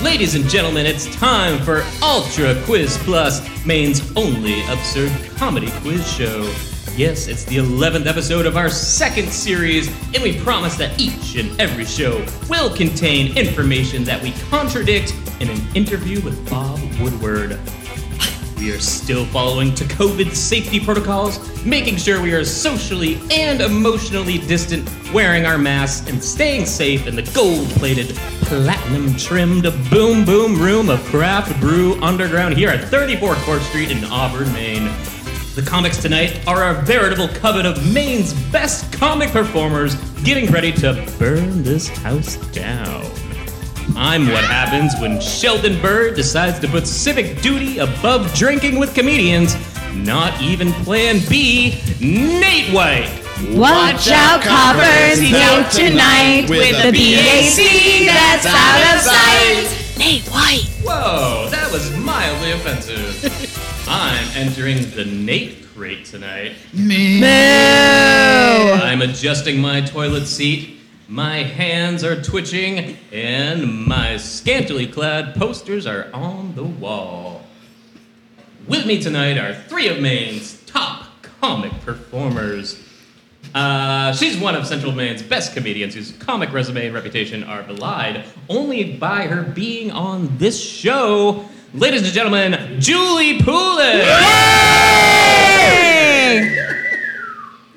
Ladies and gentlemen, it's time for Ultra Quiz Plus, Maine's only absurd comedy quiz show. Yes, it's the 11th episode of our second series, and we promise that each and every show will contain information that we contradict in an interview with Bob Woodward. We are still following to COVID safety protocols, making sure we are socially and emotionally distant, wearing our masks, and staying safe in the gold plated, platinum trimmed boom boom room of Craft Brew Underground here at 34 Court Street in Auburn, Maine. The comics tonight are our veritable coven of Maine's best comic performers getting ready to burn this house down. I'm what happens when Sheldon Bird decides to put civic duty above drinking with comedians. Not even Plan B, Nate White. Watch out, coppers, out tonight with the BAC that's out of sight. Nate White. Whoa, that was mildly offensive. I'm entering the Nate crate tonight. I'm adjusting my toilet seat. My hands are twitching, and my scantily clad posters are on the wall. With me tonight are three of Maine's top comic performers. Uh, she's one of Central Maine's best comedians whose comic resume and reputation are belied only by her being on this show. Ladies and gentlemen, Julie Poulin!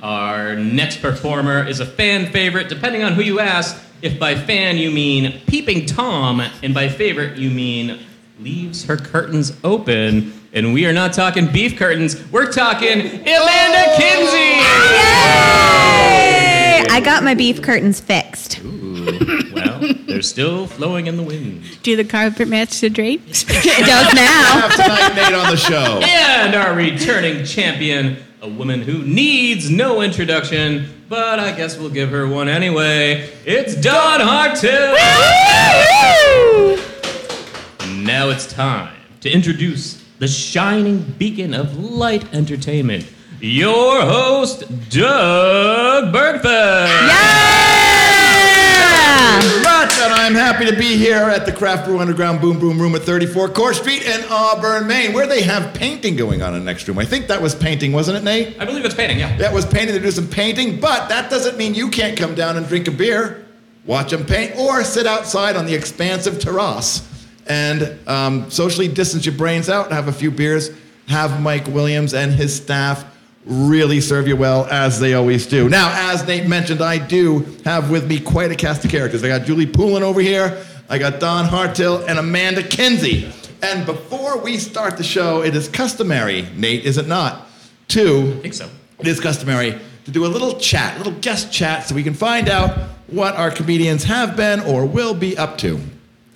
Our next performer is a fan favorite, depending on who you ask. If by fan you mean Peeping Tom, and by favorite you mean leaves her curtains open. And we are not talking beef curtains, we're talking Ilanda Kinsey! Yay! I got my beef curtains fixed. Ooh, well, they're still flowing in the wind. Do the carpet match the drapes? It does now. have tonight Nate on the show. And our returning champion, a woman who needs no introduction, but I guess we'll give her one anyway. It's Dawn Hartell! And now it's time to introduce the shining beacon of light entertainment, your host, Doug Bergfest! Yeah! Lots, and I'm happy to be here at the Craft Brew Underground Boom Boom Room at 34 Court Street in Auburn, Maine, where they have painting going on in the next room. I think that was painting, wasn't it, Nate? I believe it's painting, yeah. That was painting. They do some painting, but that doesn't mean you can't come down and drink a beer, watch them paint, or sit outside on the expansive terrace and um, socially distance your brains out, have a few beers, have Mike Williams and his staff really serve you well as they always do. Now, as Nate mentioned, I do have with me quite a cast of characters. I got Julie Poulin over here, I got Don Hartill and Amanda Kinsey. And before we start the show, it is customary, Nate, is it not, to I think so. it is customary to do a little chat, a little guest chat, so we can find out what our comedians have been or will be up to.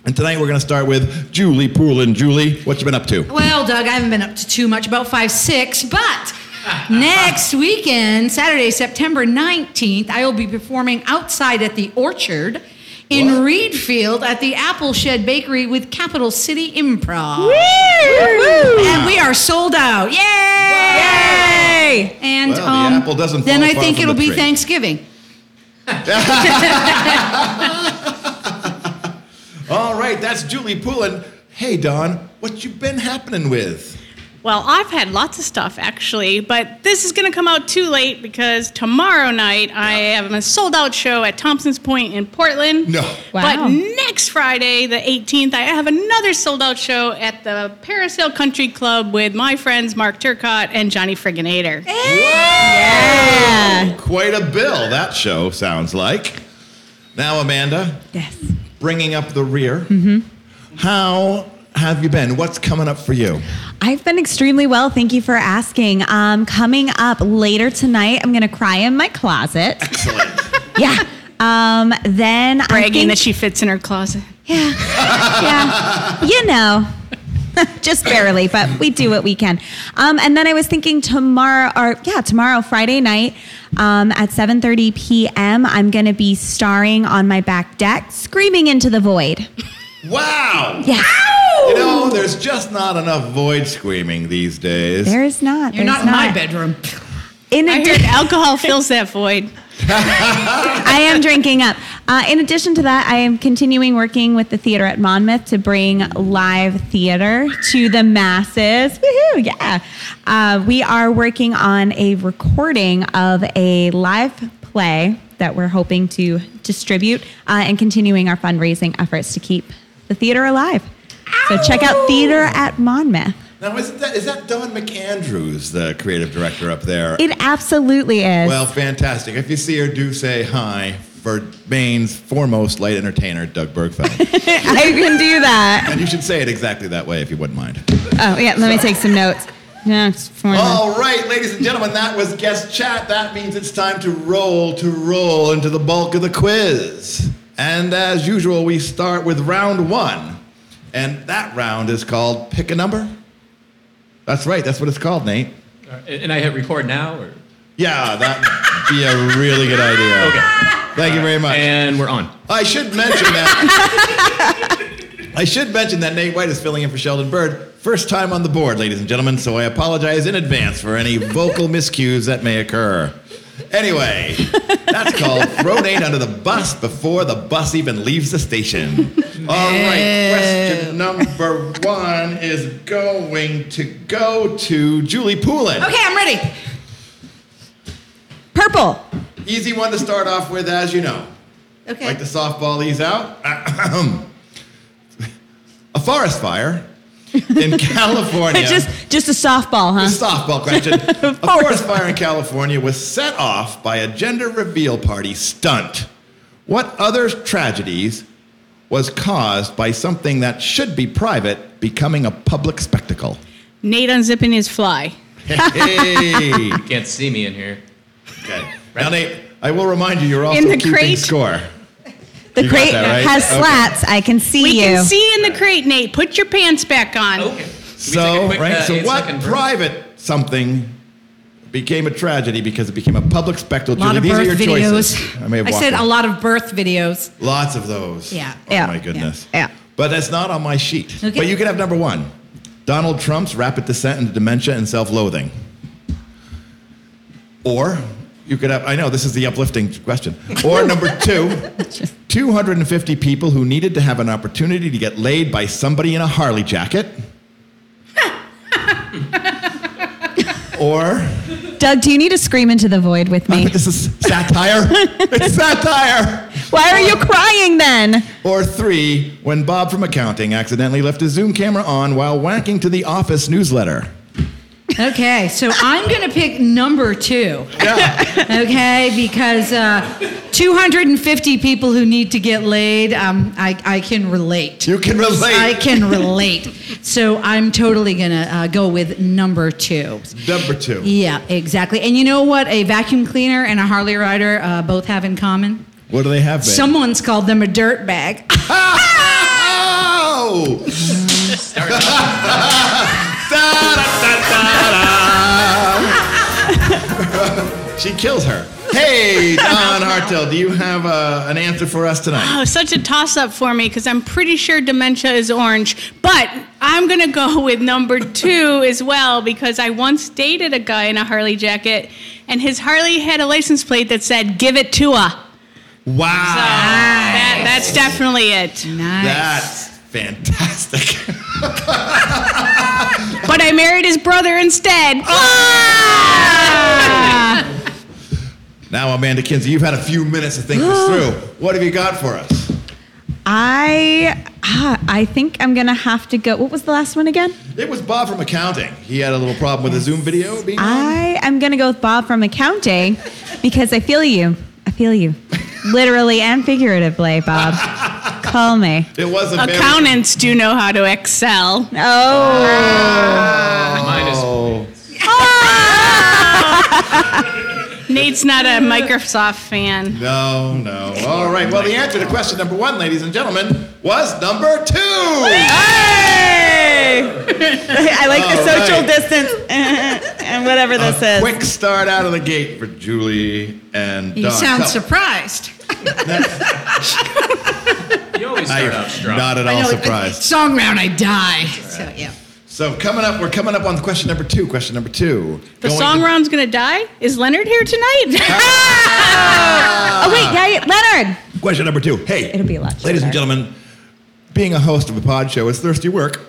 And tonight we're going to start with Julie Poulin. Julie, what you been up to? Well, Doug, I haven't been up to too much, about five, six, but next weekend, Saturday, September 19th, I will be performing outside at the Orchard in What? Reedfield at the Apple Shed Bakery with Capital City Improv. And we are sold out. Yay! Yay! And Well, the um, apple doesn't then fall I far think from it'll the be tree. Thanksgiving. All right, that's Julie Poulin. Hey, Don, what you been happening with? well, I've had lots of stuff actually, but this is going to come out too late because tomorrow night I have a sold out show at Thompson's Point in Portland. No. But Wow. next Friday, the 18th, I have another sold out show at the Parasail Country Club with my friends Mark Turcott and Johnny Frigginator. Yeah. Quite a bill, that show sounds like. Now, Amanda, Yes. bringing up the rear. Mm-hmm. How have you been? What's coming up for you? I've been extremely well. Thank you for asking. Um, coming up later tonight, I'm going to cry in my closet. Excellent. Yeah. Um, then I Bragging think, that she fits in her closet. Yeah. Yeah. You know. Just barely, but we do what we can. Um, and then I was thinking tomorrow, or yeah, tomorrow, Friday night um, at 7:30 p.m. I'm going to be starring on my back deck, screaming into the void. Wow! Yeah, You know, there's just not enough void screaming these days. there is not. You're there's not in my bedroom. In I a heard alcohol fills that void. I am drinking up. Uh, in addition to that, I am continuing working with the theater at Monmouth to bring live theater to the masses. Woohoo! Yeah. Uh, we are working on a recording of a live play that we're hoping to distribute uh, and continuing our fundraising efforts to keep the theater alive. So check out Theater at Monmouth. Now, isn't that, is that Don McAndrews, the creative director up there? It absolutely is. Well, fantastic. If you see her, do say hi for Maine's foremost light entertainer, Doug Bergfeld. I can do that. and you should say it exactly that way if you wouldn't mind. Oh, yeah, let me take some notes. No, it's foreign. All right, ladies and gentlemen, that was guest chat. That means it's time to roll to roll into the bulk of the quiz. And as usual, we start with round one. And that round is called Pick a Number. That's right, that's what it's called, Nate. Uh, And I hit record now? Or? Yeah, that'd be a really good idea. Okay. Thank you Uh, very much. And we're on. I should mention that. I should mention that Nate White is filling in for Sheldon Bird. First time on the board, ladies and gentlemen, so I apologize in advance for any vocal miscues that may occur. Anyway, that's called throw Nate under the bus before the bus even leaves the station. All right, question number one is going to go to Julie Poulin. Okay, I'm ready. Purple. Easy one to start off with, as you know. Okay. Like the softball these out. a forest fire in California. Just just a softball, huh? a softball question. a forest fire in California was set off by a gender reveal party stunt. What other tragedies was caused by something that should be private becoming a public spectacle? Nate unzipping his fly. Hey. You can't see me in here. okay. Now, Nate, I will remind you, you're also the keeping crate? score. the You got crate that right? has Okay. slats. I can see We you. can see in the crate, Nate. Put your pants back on. Okay. Can we take So, a quick, right? uh, so, eight what second break? private something became a tragedy because it became a public spectacle? A lot Julie, of these birth are your videos. choices. I may have walked said them. a lot of birth videos. Lots of those. Yeah. Oh Yeah. my goodness. Yeah. But that's not on my sheet. Okay. But you can have number one: Donald Trump's rapid descent into dementia and self-loathing. Or you could have. I know this is the uplifting question. Or number two. 250 people who needed to have an opportunity to get laid by somebody in a Harley jacket. or Doug, do you need to scream into the void with me? this is satire. it's satire. Why are you crying then? Or three, when Bob from accounting accidentally left his Zoom camera on while wanking to the office newsletter. Okay, so I'm going to pick number two. Okay, because uh, 250 people who need to get laid, um, I, I can relate. You can relate. I can relate. So I'm totally going to uh, go with number two. Number two. Yeah, exactly. And you know what a vacuum cleaner and a Harley rider uh, both have in common? What do they have been? Someone's called them a dirt bag. Oh! Da-da-da-da-da. she kills her. Hey, Don Hartel, do you have uh, an answer for us tonight? Oh, such a toss up for me because I'm pretty sure dementia is orange. But I'm going to go with number two as well because I once dated a guy in a Harley jacket and his Harley had a license plate that said, Give it to her. Wow. That, that's definitely it. nice. That's fantastic. But I married his brother instead. Now, Amanda Kinsey, you've had a few minutes to think this through. What have you got for us? I ah, I think I'm gonna have to go. What was the last one again? It was Bob from accounting. He had a little problem with a Zoom video being on. I am gonna go with Bob from accounting because I feel you. I feel you, literally and figuratively, Bob. Call me. It wasn't very- Accountants do know how to excel. Oh. Minus Oh. Nate's not a Microsoft fan. No, no. All right. Well, the answer to question number one, ladies and gentlemen, was number two. I like the All social right. distance and whatever this is. Oh, Uh, Quick start out of the gate for Julie and You Don. sound So- surprised. You always Now start you're off strong. Not at all surprised. Song round, I die. So, yeah. So coming up, we're coming up on question number two. Question number two. The Going song to- round's going to die? Is Leonard here tonight? Ah! Oh, wait, yeah, yeah, Leonard. Question number two. Hey, It'll be a lot Ladies and shorter. gentlemen, being a host of a pod show is thirsty work.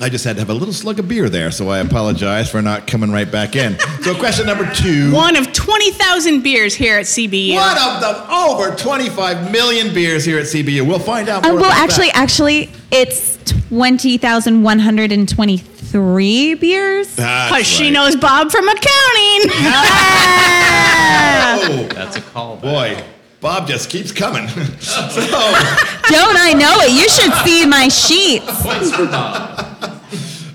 I just had to have a little slug of beer there, so I apologize for not coming right back in. So, question number two. One of 20,000 beers here at CBU. One of the over 25 million beers here at CBU. We'll find out more. Um, well, about actually, that. actually, it's twenty thousand one hundred and twenty-three beers. That's Because she right. knows Bob from accounting. uh, Oh, That's a call. boy. Bob just keeps coming. so, Don't I know it? You should see my sheets. Points for Bob.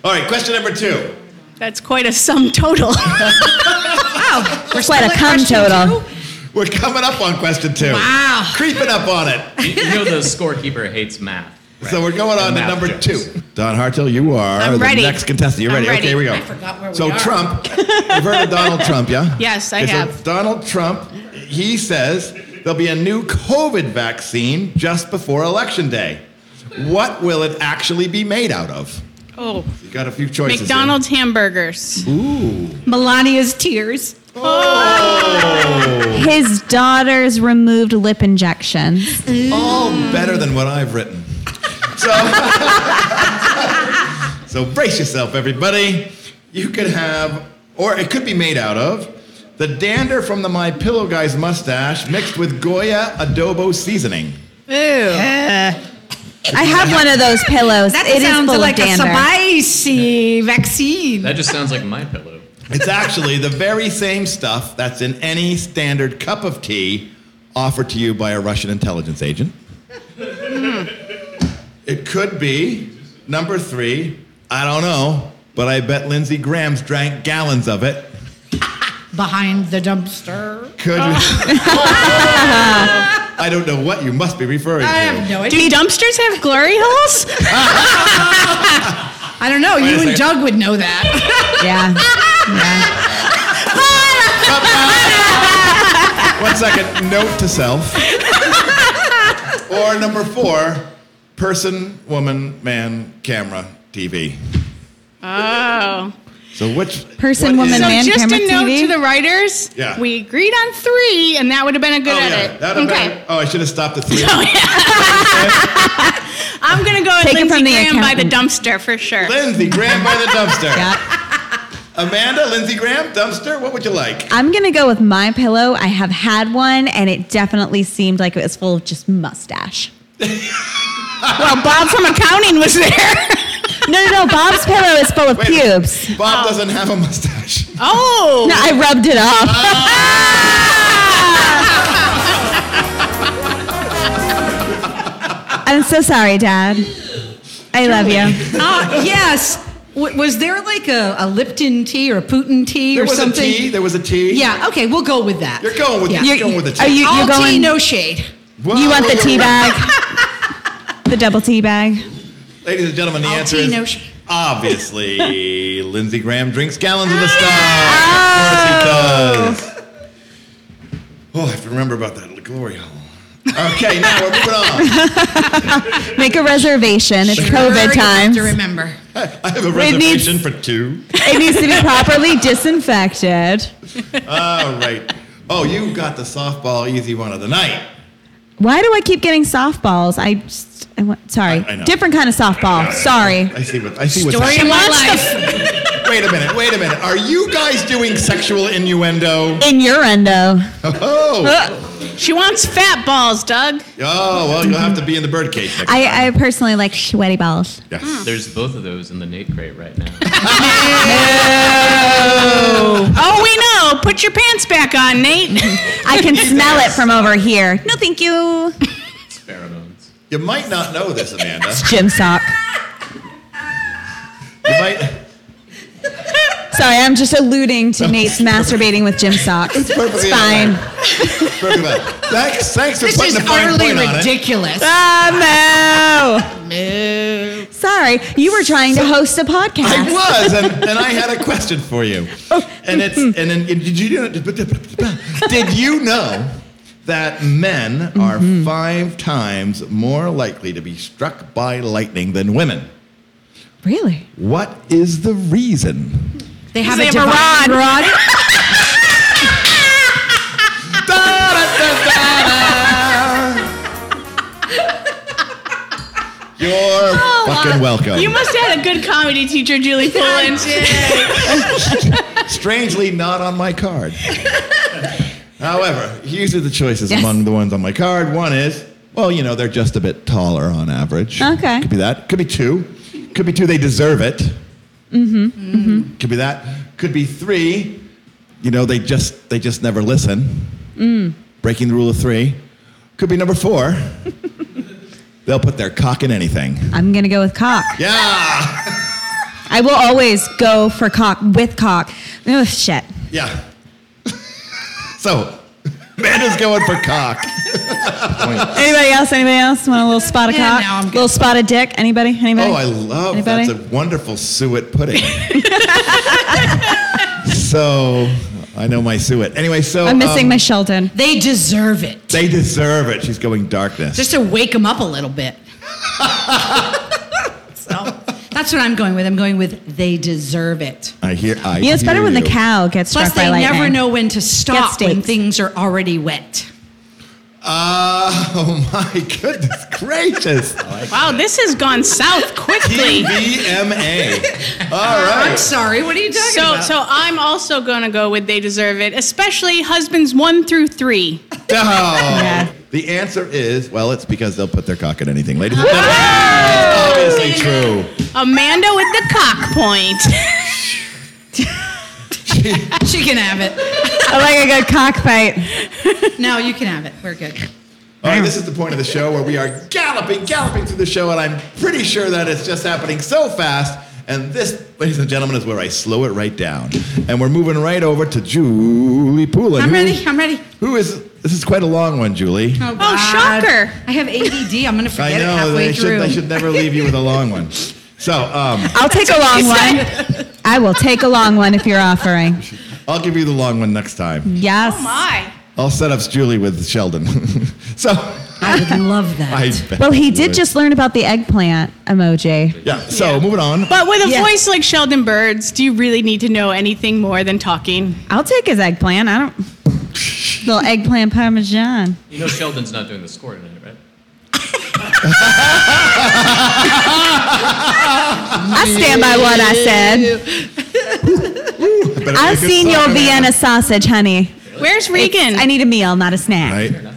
all right, question number two. That's quite a sum total. Wow. Oh, Quite a We're still at cum question total. two? We're coming up on question two. Wow. Creeping up on it. You, you know the scorekeeper hates math. right? So we're going on The to math number jokes. two. Don Hartel, you are I'm the ready. next contestant. You're I'm ready. ready. Okay, here we go. I forgot where we so are. Trump, you've heard of Donald Trump, yeah? Yes, I Okay, so have. Donald Trump, he says there'll be a new COVID vaccine just before election day. What will it actually be made out of? oh, You got a few choices. there. McDonald's hamburgers. Ooh. Melania's tears. His daughter's removed lip injections. All better than what I've written. So, so brace yourself, everybody. You could have, or it could be made out of, the dander from the My Pillow guy's mustache mixed with Goya adobo seasoning. Ew. I have one of those pillows. That it is sounds full like of a dander. spicy vaccine. That just sounds like my pillow. It's actually the very same stuff that's in any standard cup of tea offered to you by a Russian intelligence agent. It could be number three. I don't know, but I bet Lindsey Graham's drank gallons of it. Behind the dumpster. Could Oh. I don't know what you must be referring I to. have no idea. Do dumpsters have glory holes? I don't know. Wait a You and second. Doug would know that. Yeah. One second. Note to self. or number four, person, woman, man, camera, TV. Oh. So which Person, what woman, is- So man, just a camera, note TV? to the writers, Yeah. we agreed on three, and that would have been a good Oh, yeah. edit. That'd have okay. been- oh, I should have stopped at three. I'm gonna go with Take it Lindsey from the Graham by the accountant. dumpster for sure. Lindsey Graham by the dumpster. Yeah. Amanda, Lindsey Graham, dumpster. What would you like? I'm gonna go with my pillow. I have had one, and it definitely seemed like it was full of just mustache. well, Bob from accounting was there. No, no, no. Bob's pillow is full of Wait a minute. pubes. Bob doesn't have a mustache. oh. No, I rubbed it off. Ah. I'm so sorry, Dad. I love you. Uh, yes. W- was there like a, a Lipton tea or a Putin tea There or was something? a T. There was a T. Yeah. Okay. We'll go with that. You're going with Yeah. you're, going with the T. Are you, All you're tea, going? no shade. Whoa, you want the whoa, tea whoa. bag? The double tea bag? Ladies and gentlemen, the All answer tea, is no sh- obviously Lindsey Graham drinks gallons of the stuff. Ah! Of course he does. Oh, I have to remember about that glory hole. Okay, now we're moving on. Make a reservation. It's Sure, COVID you have time. To remember. I have a It needs- reservation for two. It needs to be properly disinfected. All right. Oh, you got the softball easy one of the night. Why do I keep getting softballs? I just, I want, sorry. I- I know. Different kind of softball. Sorry. I see what I see what's Story of happening. my life. Wait a minute, wait a minute. Are you guys doing sexual innuendo? In your endo. Uh. Oh, She wants fat balls, Doug. oh well, you'll have to be in the birdcage next time. I, I personally like sweaty balls. Yes. There's both of those in the Nate crate right now. Oh, we know. Put your pants back on, Nate. I can smell it from over here. No, thank you. It's pheromones. You might not know this, Amanda. It's gym sock. You might. Sorry, I'm just alluding to Nate's masturbating with gym socks. It's perfectly all fine. Perfect. Thanks, thanks for This putting is the fine utterly point on it. ridiculous. Ah, no. Sorry, you were trying to host a podcast. I was, and, and I had a question for you. And it's and then did you did you know that men are Mm-hmm. five times more likely to be struck by lightning than women? Really? What is the reason? They have They a have a divine rod. Da, da, da, da, da. You're Oh, fucking uh, wow. welcome. You must have had a good comedy teacher, Julie Pullen. Strangely, not on my card. However, these are the choices among the ones on my card. One is, well, you know, they're just a bit taller on average. Okay. Could be that. Could be two. Could be two, they deserve it. Mm-hmm. mm-hmm. Could be that. Could be three, you know, they just they just never listen. Mm. Breaking the rule of three. Could be number four. They'll put their cock in anything. I'm gonna go with cock. Yeah. I will always go for cock with cock. Oh shit. Yeah. so, Amanda's going for cock. Anybody else? Anybody else want a little spot of Yeah, cock? no, I'm good. little spot of dick? Anybody? Anybody? Oh, I love Anybody? that's a wonderful suet pudding. so, I know my suet. Anyway, so I'm missing um, my Sheldon. They deserve it. They deserve it. She's going darkness. Just to wake them up a little bit. so that's what I'm going with. I'm going with they deserve it. I hear. I Yeah, it's better hear when the you. cow gets Plus, struck by they lightning. never know when to stop when stakes. things are already wet. Oh my goodness gracious! wow, this has gone south quickly. TVMA. All right. I'm sorry. What are you talking So, about? so I'm also going to go with they deserve it, especially husbands one through three. No. Yeah. The answer is well, it's because they'll put their cock in anything, ladies and gentlemen. It's obviously true. Amanda with the cock point. she can have it. I like a good cockfight. No, you can have it. We're good. All right, this is the point of the show where we are galloping, galloping through the show, and I'm pretty sure that it's just happening so fast. And this, ladies and gentlemen, is where I slow it right down. And we're moving right over to Julie Poulin. I'm who- ready. I'm ready. Who is, this is quite a long one, Julie. Oh, Oh, God. shocker. I have ADD. I'm gonna I forget it know, halfway they through. should, they should never leave you with a long one. So, um, I'll take a long one. I will take a long one if you're offering. I'll give you the long one next time. Yes. My. I'll set up Julie with Sheldon. so, I would love that. I bet well, he you did would. just learn about the eggplant emoji. Yeah, so moving on. But with a Yeah. voice like Sheldon Bird's, do you really need to know anything more than talking? I'll take his eggplant. I don't. Little eggplant parmesan. You know Sheldon's not doing the score tonight, right? I stand by what I said. Better be a I've good seen your song. Vienna sausage, honey. Where's Regan? I need a meal, not a snack. Right.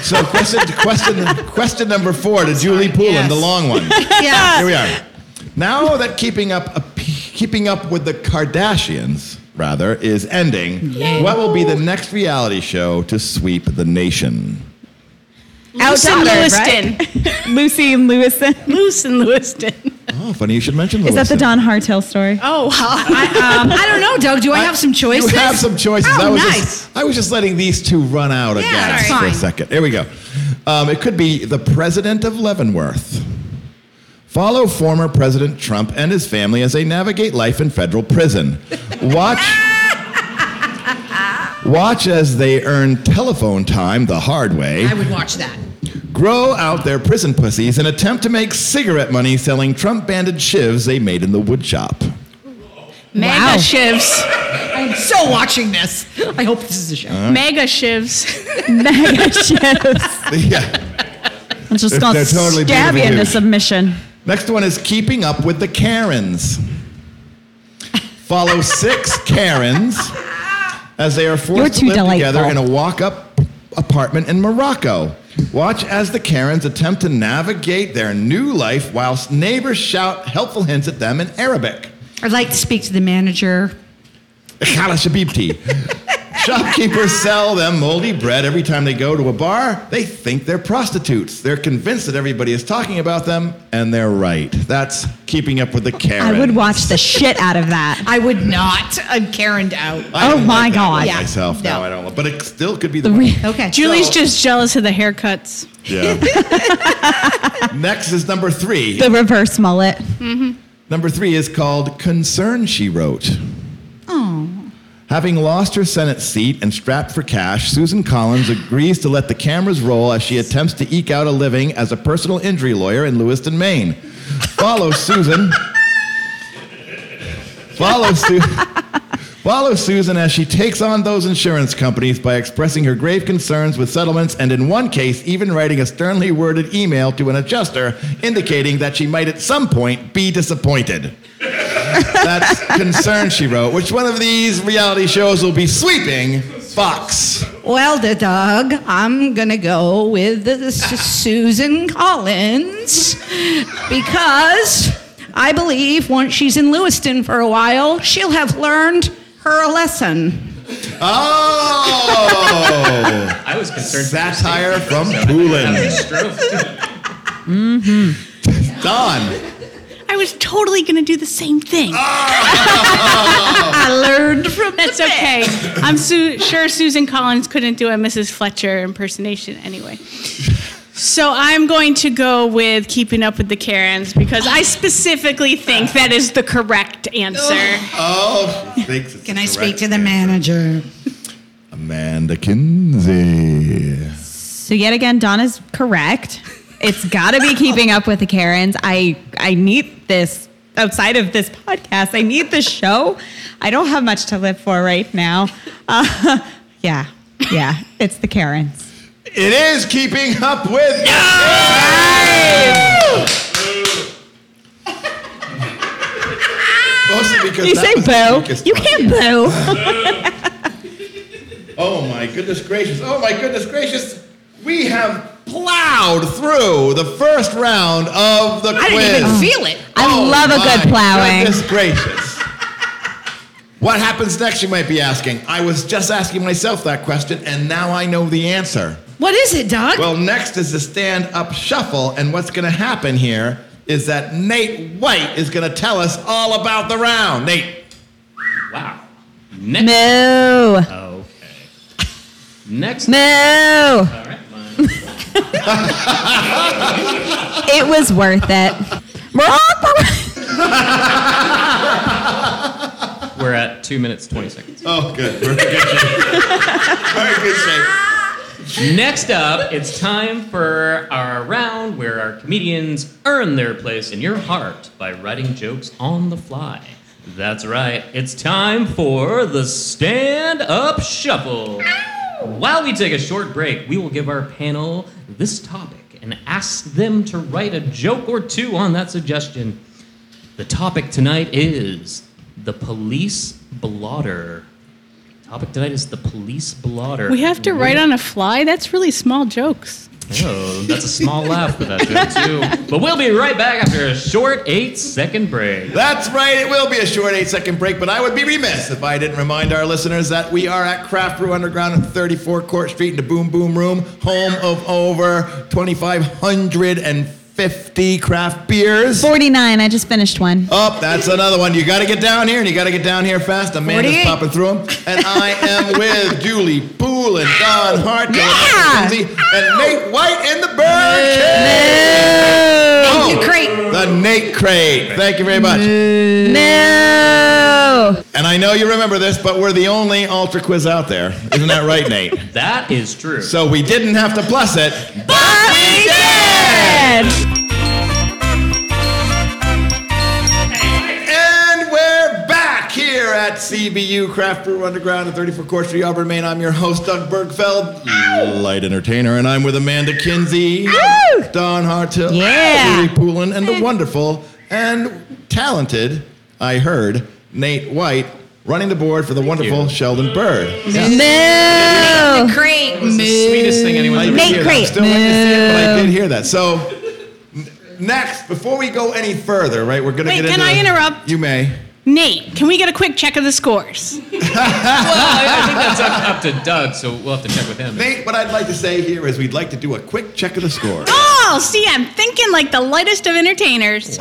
So question question question number four to Julie Poulin, Yes. the long one. Yeah. Here we are. Now that keeping up a- keeping up with the Kardashians rather is ending, what will be the next reality show to sweep the nation? Moose and Outdotted, Lewiston. Lucy and Lewison. Moose and Lewiston. Oh, funny you should mention. Is that the Lewiston. Don Hartel story? Oh, wow. I, um, I don't know, Doug. Do I, have some choices? You have some choices. Oh, I was nice. Just, I was just letting these two run out of Yeah, gas all right. for a Fine. second. Here we go. Um, it could be the president of Leavenworth. Follow former President Trump and his family as they navigate life in federal prison. Watch. Watch as they earn telephone time the hard way, I would watch that. grow out their prison pussies, and attempt to make cigarette money selling Trump banded shivs they made in the wood shop. Mega Wow. shivs. I'm so watching this. I hope this is a show. Mega shivs. Mega shifts. Yeah. I'm just They're- going they're to totally stab you beautiful into dudes. submission. Next one is keeping up with the Karens. Follow six Karens as they are You're forced to too live together in a delightful. walk-up apartment in Morocco. Watch as the Karens attempt to navigate their new life whilst neighbors shout helpful hints at them in Arabic. I'd like to speak to the manager. Khala Shabibti. Shopkeepers sell them moldy bread every time they go to a bar. They think they're prostitutes. They're convinced that everybody is talking about them, and they're right. That's keeping up with the Karen. I would watch the shit out of that. I would not. I'm Karened out. I Oh don't my like that God. one Yeah. Myself, no. No. I don't. But it still could be the, The re- one. Okay. Julie's So- just jealous of the haircuts. Yeah. Next is number three. The reverse mullet. Number three is called Concern She Wrote. Having lost her Senate seat and strapped for cash, Susan Collins agrees to let the cameras roll as she attempts to eke out a living as a personal injury lawyer in Lewiston, Maine. Follow Susan. follow Su- Follow Susan as she takes on those insurance companies by expressing her grave concerns with settlements and, in one case, even writing a sternly worded email to an adjuster indicating that she might at some point be disappointed. That's concern she wrote. Which one of these reality shows will be sweeping Fox? Well, the dog, I'm gonna go with the, S- Susan Collins because I believe once she's in Lewiston for a while, she'll have learned her lesson. Oh, I was concerned. for your satire safety, from so I have a Poolin. stroke. Don. I was totally going to do the same thing. I learned from That's okay. I'm su- sure Susan Collins couldn't do a Mrs. Fletcher impersonation anyway. So I'm going to go with keeping up with the Karens because I specifically think that is the correct answer. Oh, thinks it's Can I speak correct. to the manager? Amanda Kinsey. So yet again, Donna's correct. It's got to be keeping up with the Karens. I I need this outside of this podcast. I need this show. I don't have much to live for right now. Uh, yeah, yeah, it's the Karens. It is keeping up with. Mostly because You that say was the boo. weakest You one. can't boo. Oh my goodness gracious. Oh my goodness gracious. We have plowed through the first round of the I quiz. didn't even feel it. I Oh love a my good plowing. Goodness gracious. what happens next, you might be asking. I was just asking myself that question, and now I know the answer. What is it, dog? Well, next is the stand up shuffle, and what's going to happen here is that Nate White is going to tell us all about the round. Nate. Wow. Next. Moo. Okay. Next. Moo. All right. mine. It was worth it. We're at two minutes twenty seconds. Oh, good. We're in good shape. We're in good shape. Next up, it's time for our round where our comedians earn their place in your heart by writing jokes on the fly. That's right. It's time for the stand up shuffle. While we take a short break, we will give our panel this topic and ask them to write a joke or two on that suggestion. The topic tonight is the police blotter. Topic tonight is the police blotter. We have to write on a fly. That's really small jokes. Oh, that's a small laugh for that joke too. But we'll be right back after a short eight-second break. That's right. It will be a short eight second break, but I would be remiss if I didn't remind our listeners that we are at Craft Brew Underground at 34 Court Street in the Boom Boom Room, home of over 2,550 craft beers. 49. I just finished one. Oh, that's another one. You got to get down here, and you got to get down here fast. Amanda's 48. popping through them. And I am with Julie Poole and Don Hart and Yeah. Lindsay and Nate White and the Bird Oh, Thank you, Crate. The Nate Crate. Thank you very much. Moo. And I know you remember this, but we're the only Ultra Quiz out there. Isn't that right, Nate? That is true. So we didn't have to plus it. But we did. And we're back here at CBU Craft Brew Underground at 34 Court Street, Auburn, Maine. I'm your host, Doug Bergfeld, light entertainer, and I'm with Amanda Kinsey, Ow! Don Hartill, Yeah. Julie Poulin, and the wonderful and talented, I heard, Nate White, running the board for the wonderful Sheldon Bird. Moo. Crate. the sweetest thing anyone's ever did Nate heard. hear that. Crate. Still waiting to see it, but I did hear that. So n- next, before we go any further, right? We're gonna Wait, get can into. I interrupt? You may. Nate, can we get a quick check of the scores? I think that's up, up to Doug, so we'll have to check with him. Nate, what I'd like to say here is we'd like to do a quick check of the score. Oh, see, I'm thinking like the lightest of entertainers.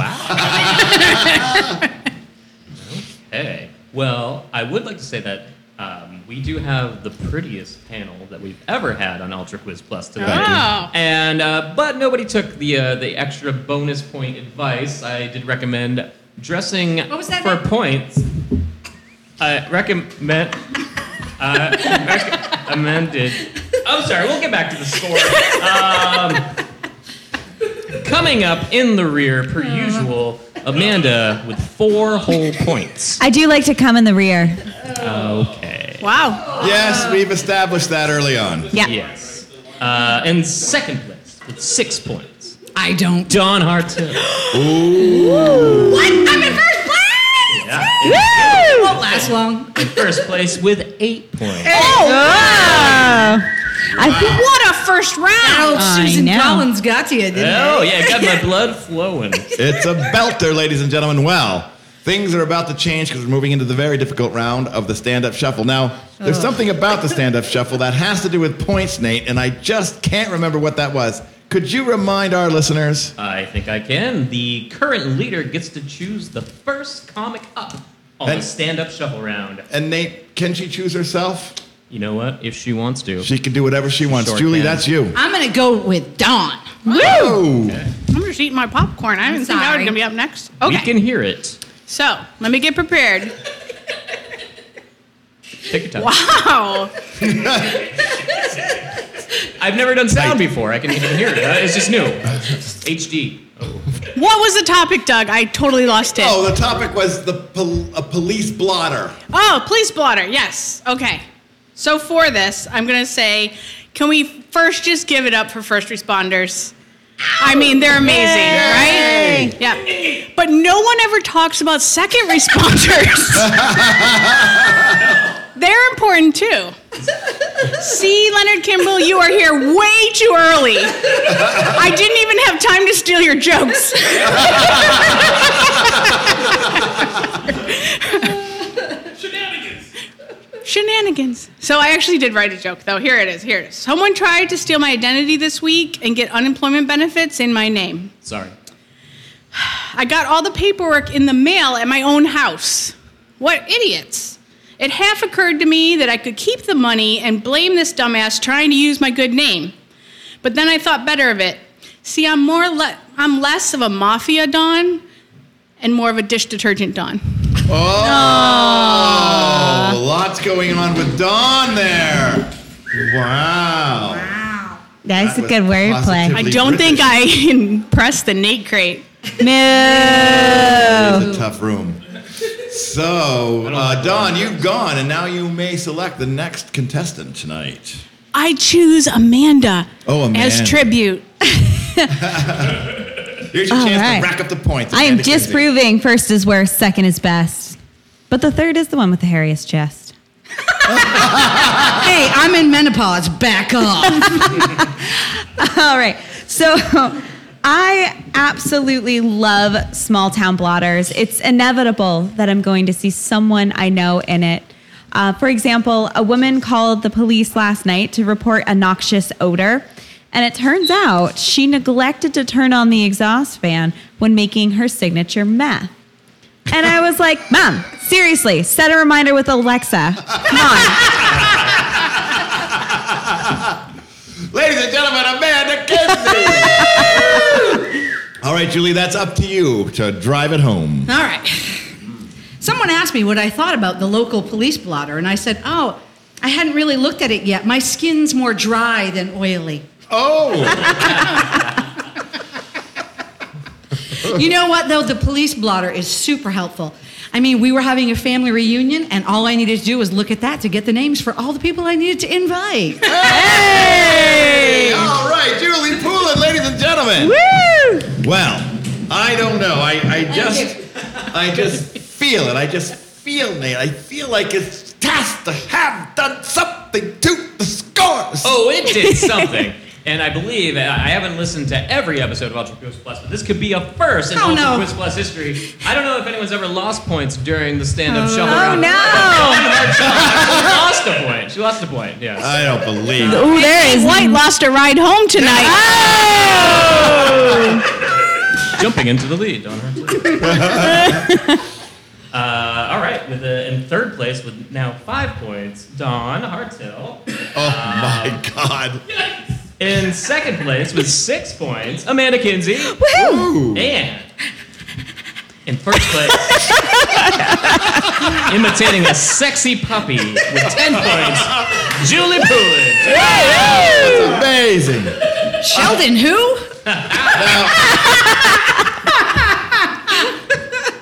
Hey. Well, I would like to say that um, we do have the prettiest panel that we've ever had on Ultra Quiz Plus today. Thank you. Oh. And uh, but nobody took the uh, the extra bonus point advice. I did recommend dressing was that for name? points. I recommend. Uh, rec- amended. I'm sorry. We'll get back to the score. Uh. Um, coming up in the rear, per usual, Amanda with four whole points. I do like to come in the rear. Okay. Wow. Yes, we've established that early on. Yeah. Yes. Uh, and second place with six points, I don't. Don Hartel. What? I'm in first place! Yeah. Woo! Oh, Won't last long. In first place with eight points. Oh, I think What a first round! I Oh, Susan know. Collins got to you, didn't Oh, yeah, it got my blood flowing. It's a belter, ladies and gentlemen. Well, things are about to change because we're moving into the very difficult round of the stand up shuffle. Now, there's something about the stand up shuffle that has to do with points, Nate, and I just can't remember what that was. Could you remind our listeners? I think I can. The current leader gets to choose the first comic up on the And- stand up shuffle round. And Nate, can she choose herself? You know what? If she wants to. She can do whatever she wants. Sure Julie, can. that's you. Oh! I'm gonna go with Dawn. Woo! I'm just eating my popcorn. I didn't think I was sorry. going to be up next. We Okay. can hear it. so let me get prepared. Take your time. Wow. I've never done sound before. I can even hear it. Uh, It's just new. Oh, HD. What was the topic, Doug? I totally lost it. Oh, the topic was the pol- a police blotter. Oh, police blotter. Yes. Okay. So for this, I'm going to say, can we first just give it up for first responders? I mean, they're amazing, right? Yeah. But no one ever talks about second responders. they're important too. See, Leonard Kimball, you are here way too early. I didn't even have time to steal your jokes. Shenanigans. So I actually did write a joke, though. Here it is. Here it is. Someone tried to steal my identity this week and get unemployment benefits in my name. Sorry. I got all the paperwork in the mail at my own house. What idiots. It half occurred to me that I could keep the money and blame this dumbass trying to use my good name. But then I thought better of it. See, I'm more le- I'm less of a mafia don and more of a dish detergent don. Oh, lots going on with Dawn there. Wow. that's a was good positive. wordplay. I don't think I impressed the Nate crate. No. It's a tough room. So, uh, Dawn, you've gone, and now you may select the next contestant tonight. I choose Amanda Oh, Amanda. as tribute. Here's your All chance right. to rack up the points. I am Amanda Kinsey. disproving first is worst, second is best. But the third is the one with the hairiest chest. Hey, I'm in menopause. Back off. All right. So I absolutely love small town blotters. It's inevitable that I'm going to see someone I know in it. Uh, for example, a woman called the police last night to report a noxious odor. And it turns out she neglected to turn on the exhaust fan when making her signature meth. And I was like, Mom, seriously, set a reminder with Alexa. Come on. Ladies and gentlemen, Amanda Kinsey. All right, Julie, that's up to you to drive it home. All right. Someone asked me what I thought about the local police blotter, and I said, "Oh, I hadn't really looked at it yet. My skin's more dry than oily." Oh, You know what, though? The police blotter is super helpful. I mean, we were having a family reunion, and all I needed to do was look at that to get the names for all the people I needed to invite. all right, Julie Poulin, ladies and gentlemen. Woo! Well, I don't know. I, I just I just feel it. I just feel Nate. I feel like it's has to have done something to the scores. Oh, it did something. And I believe, and I haven't listened to every episode of Ultra Quiz Plus, but this could be a first in Oh, Ultra no. Quiz Plus history. I don't know if anyone's ever lost points during the stand-up show. Oh, no. lost a point. She lost a point. Yeah. I don't believe it. Ooh, there is Ah, White lost a ride home tonight. Jumping into the lead, Don Hartley. uh, all right, with uh in third place with now five points, Don Hartill. Oh my god. In second place with six points, Amanda Kinsey. Ooh. And in first place, imitating a sexy puppy with 10 points, Julie Poolin. That's amazing. Sheldon, who?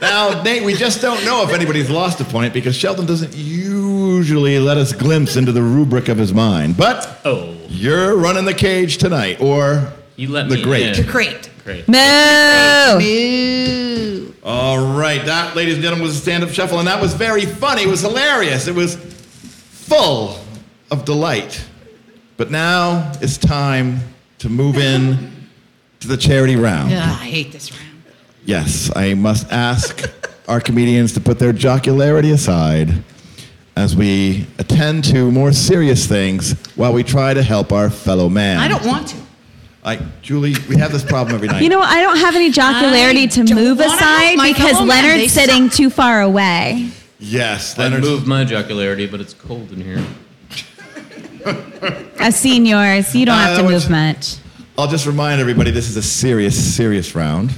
Now, Nate, we just don't know if anybody's lost a point because Sheldon doesn't usually let us glimpse into the rubric of his mind. But Oh. you're running the cage tonight, or You let the me great. in. Great. Great. Moo! Ooh. All right, that, ladies and gentlemen, was a stand-up shuffle, and that was very funny. It was hilarious. It was full of delight. But now it's time to move in to the charity round. Ugh, I hate this round. Yes, I must ask our comedians to put their jocularity aside as we attend to more serious things while we try to help our fellow man. I don't want to. I, Julie, we have this problem every night. You know, what? I don't have any jocularity I to don't move wanna aside help my because fellow men. They Leonard's sitting too far away. yes, I Leonard. moved my jocularity, but it's cold in here. I've seen yours. Uh, You don't Uh, have to that move was- much. I'll just remind everybody this is a serious, serious round.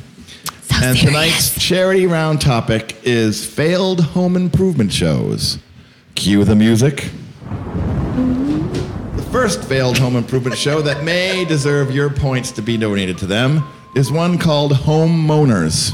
So and serious. tonight's charity round topic is failed home improvement shows. Cue the music. The first failed home improvement show that may deserve your points to be donated to them is one called Homeowners.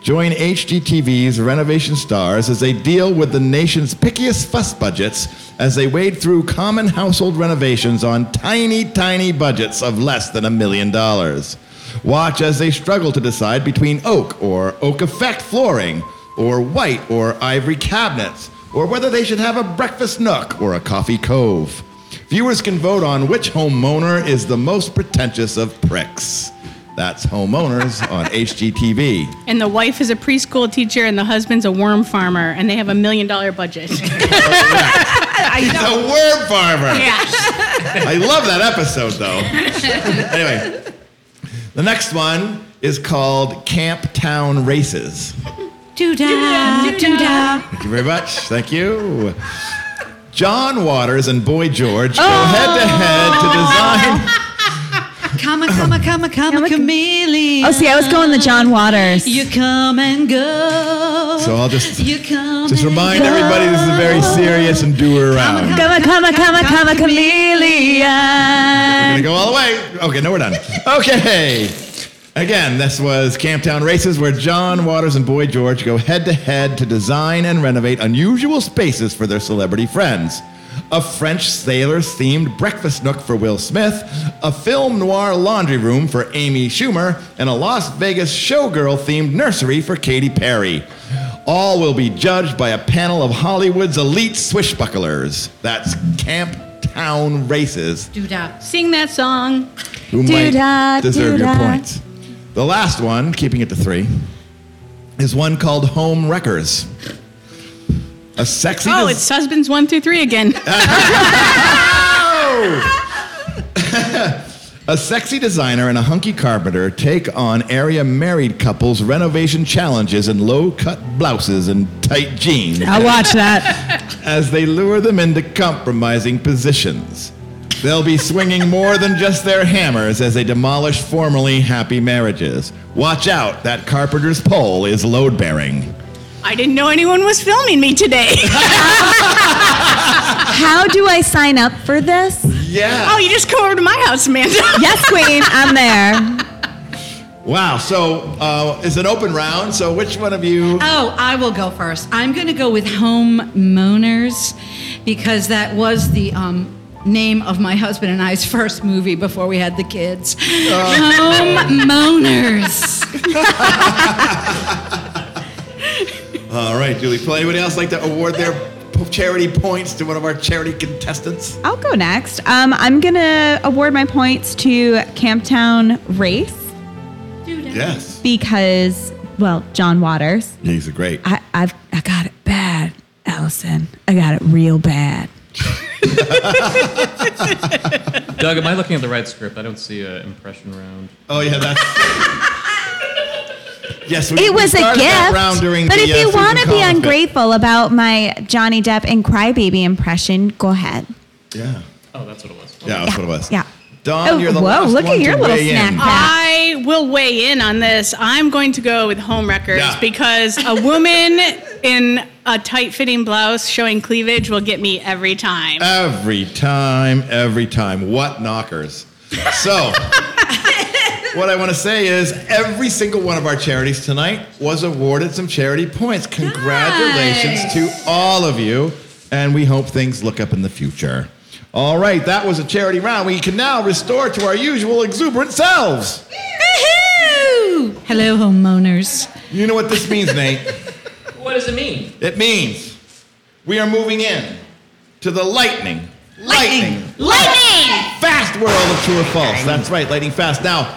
Join HGTV's Renovation Stars as they deal with the nation's pickiest fuss budgets as they wade through common household renovations on tiny, tiny budgets of less than a million dollars. Watch as they struggle to decide between oak or oak effect flooring, or white or ivory cabinets, or whether they should have a breakfast nook or a coffee cove. Viewers can vote on which homeowner is the most pretentious of pricks. That's Homeowners on HGTV. And the wife is a preschool teacher, and the husband's a worm farmer, and they have a million dollar budget. He's a worm farmer. I love that episode though. anyway, the next one is called Camp Town Races. Do-da, do-da. Thank you very much. Thank you. John Waters and Boy George go head to head to design. Come a, come a, come a, come a Come a- chameleon. Oh, see, I was going the John Waters. You come and go. So I'll just- You come Just and remind go. everybody this is a very serious and doer round. Come on, come on, come on, come on, chameleon. We're gonna go all the way. Okay, no, we're done. Okay. Again, this was Camptown Races, where John Waters and Boy George go head to head to design and renovate unusual spaces for their celebrity friends. A French sailor themed breakfast nook for Will Smith, a film noir laundry room for Amy Schumer, and a Las Vegas showgirl themed nursery for Katy Perry. All will be judged by a panel of Hollywood's elite swishbucklers. That's Camp Town Races Do-da. Sing that song. who Doo-dah, might deserve your doo-dah. points. The last one, keeping it to three, is one called Home Wreckers. A sexy. Oh, des- it's husbands one through three again. A sexy designer and a hunky carpenter take on area married couples' renovation challenges in low cut blouses and tight jeans. I'll watch that. as they lure them into compromising positions. They'll be swinging more than just their hammers as they demolish formerly happy marriages. Watch out, that carpenter's pole is load bearing. I didn't know anyone was filming me today. How do I sign up for this? Yeah. oh, you just come over to my house, Amanda. Yes, Queen, I'm there. Wow, so uh, it's an open round, so which one of you? Oh, I will go first. I'm going to go with homeowners because that was the um, name of my husband and I's first movie before we had the kids. Uh. Homeowners. All right, Julie, will anybody else like to award their p- charity points to one of our charity contestants? I'll go next. Um, I'm gonna award my points to Camptown Race Yes. because, well, John Waters. These are great. I, I've I got it bad, Allison. I got it real bad. Doug, am I looking at the right script? I don't see an impression round. Oh, yeah, that's. yes, we, It we was a started that gift. round during but the, if uh, you Susan want to be Collins bit. ungrateful about my Johnny Depp and Crybaby impression, go ahead. Yeah. Oh, that's what it was. Yeah, that's Yeah, what it was. yeah. Don, Oh, you're the whoa, last look at one your to little weigh snack. in. Uh, I will weigh in on this. I'm going to go with home records Yeah. because a woman in a tight fitting blouse showing cleavage will get me every time. Every time, every time. What knockers. So, what I want to say is every single one of our charities tonight was awarded some charity points. Congratulations to all of you, and we hope things look up in the future. All right, that was a charity round. We can now restore to our usual exuberant selves. Hello, homeowners. You know what this means, Nate? What does it mean? It means we are moving in to the lightning, lightning, Lightning! fast world of true or false. That's right, lightning fast. Now,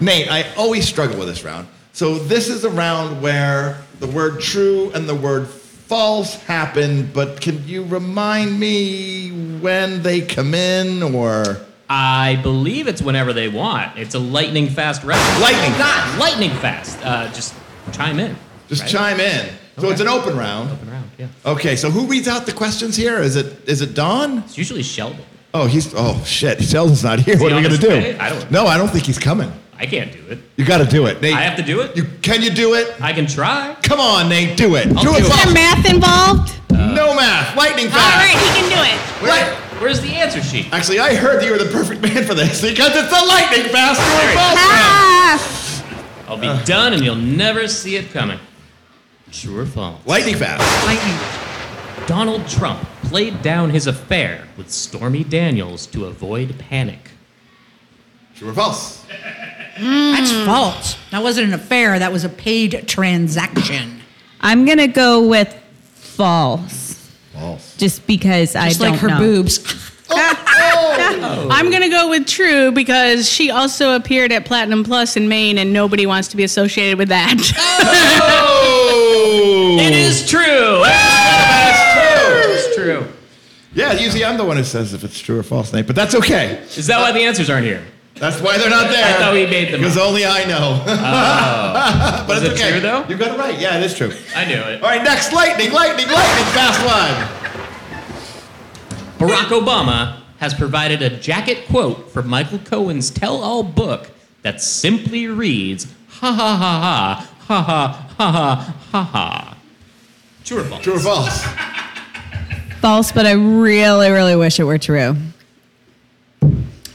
Nate, I always struggle with this round. So this is a round where the word true and the word false happen, but can you remind me when they come in or I believe it's whenever they want. It's a lightning fast round. Lightning. God, lightning fast. Uh, just chime in. just right? chime in? So Okay. it's an open round. Open round, yeah. Okay, so who reads out the questions here? Is it is it Don? It's usually Sheldon. Oh, he's oh shit. Sheldon's not here. what he are we on gonna do? this day? I don't- No, I don't think he's coming. I can't do it. You got to do it, Nate. I have to do it? You can you do it? I can try. Come on, Nate, do it. I'll do, do it. it. Is there Bob. math involved? no math. Lightning All right, fast. he can do it. Wait. Where's the answer sheet? Actually, I heard that you were the perfect man for this because it's the lightning fast There doing it both Ah! round. I'll be done and you'll never see it coming. True or false? Lightning fast. Donald Trump played down his affair with Stormy Daniels to avoid panic. True or false? That's false. That wasn't an affair. That was a paid transaction. I'm going to go with false False. just because I Just don't like her know. boobs. Oh! I'm gonna go with true because she also appeared at Platinum Plus in Maine, and nobody wants to be associated with that. Oh. It is true. That's true. It's true. Yeah, usually I'm the one who says if it's true or false, Nate, but that's okay. Is that why the answers aren't here? That's why they're not there. I thought we made them Because up. only I know. but Was it's it okay. true, though? You got it right. Yeah, it is true. I knew it. All right, next lightning, lightning, lightning fast one. Barack Obama has provided a jacket quote for Michael Cohen's tell all book that simply reads, ha ha ha ha, ha ha ha ha ha ha. True or false? True or false? False, but I really, really wish it were true.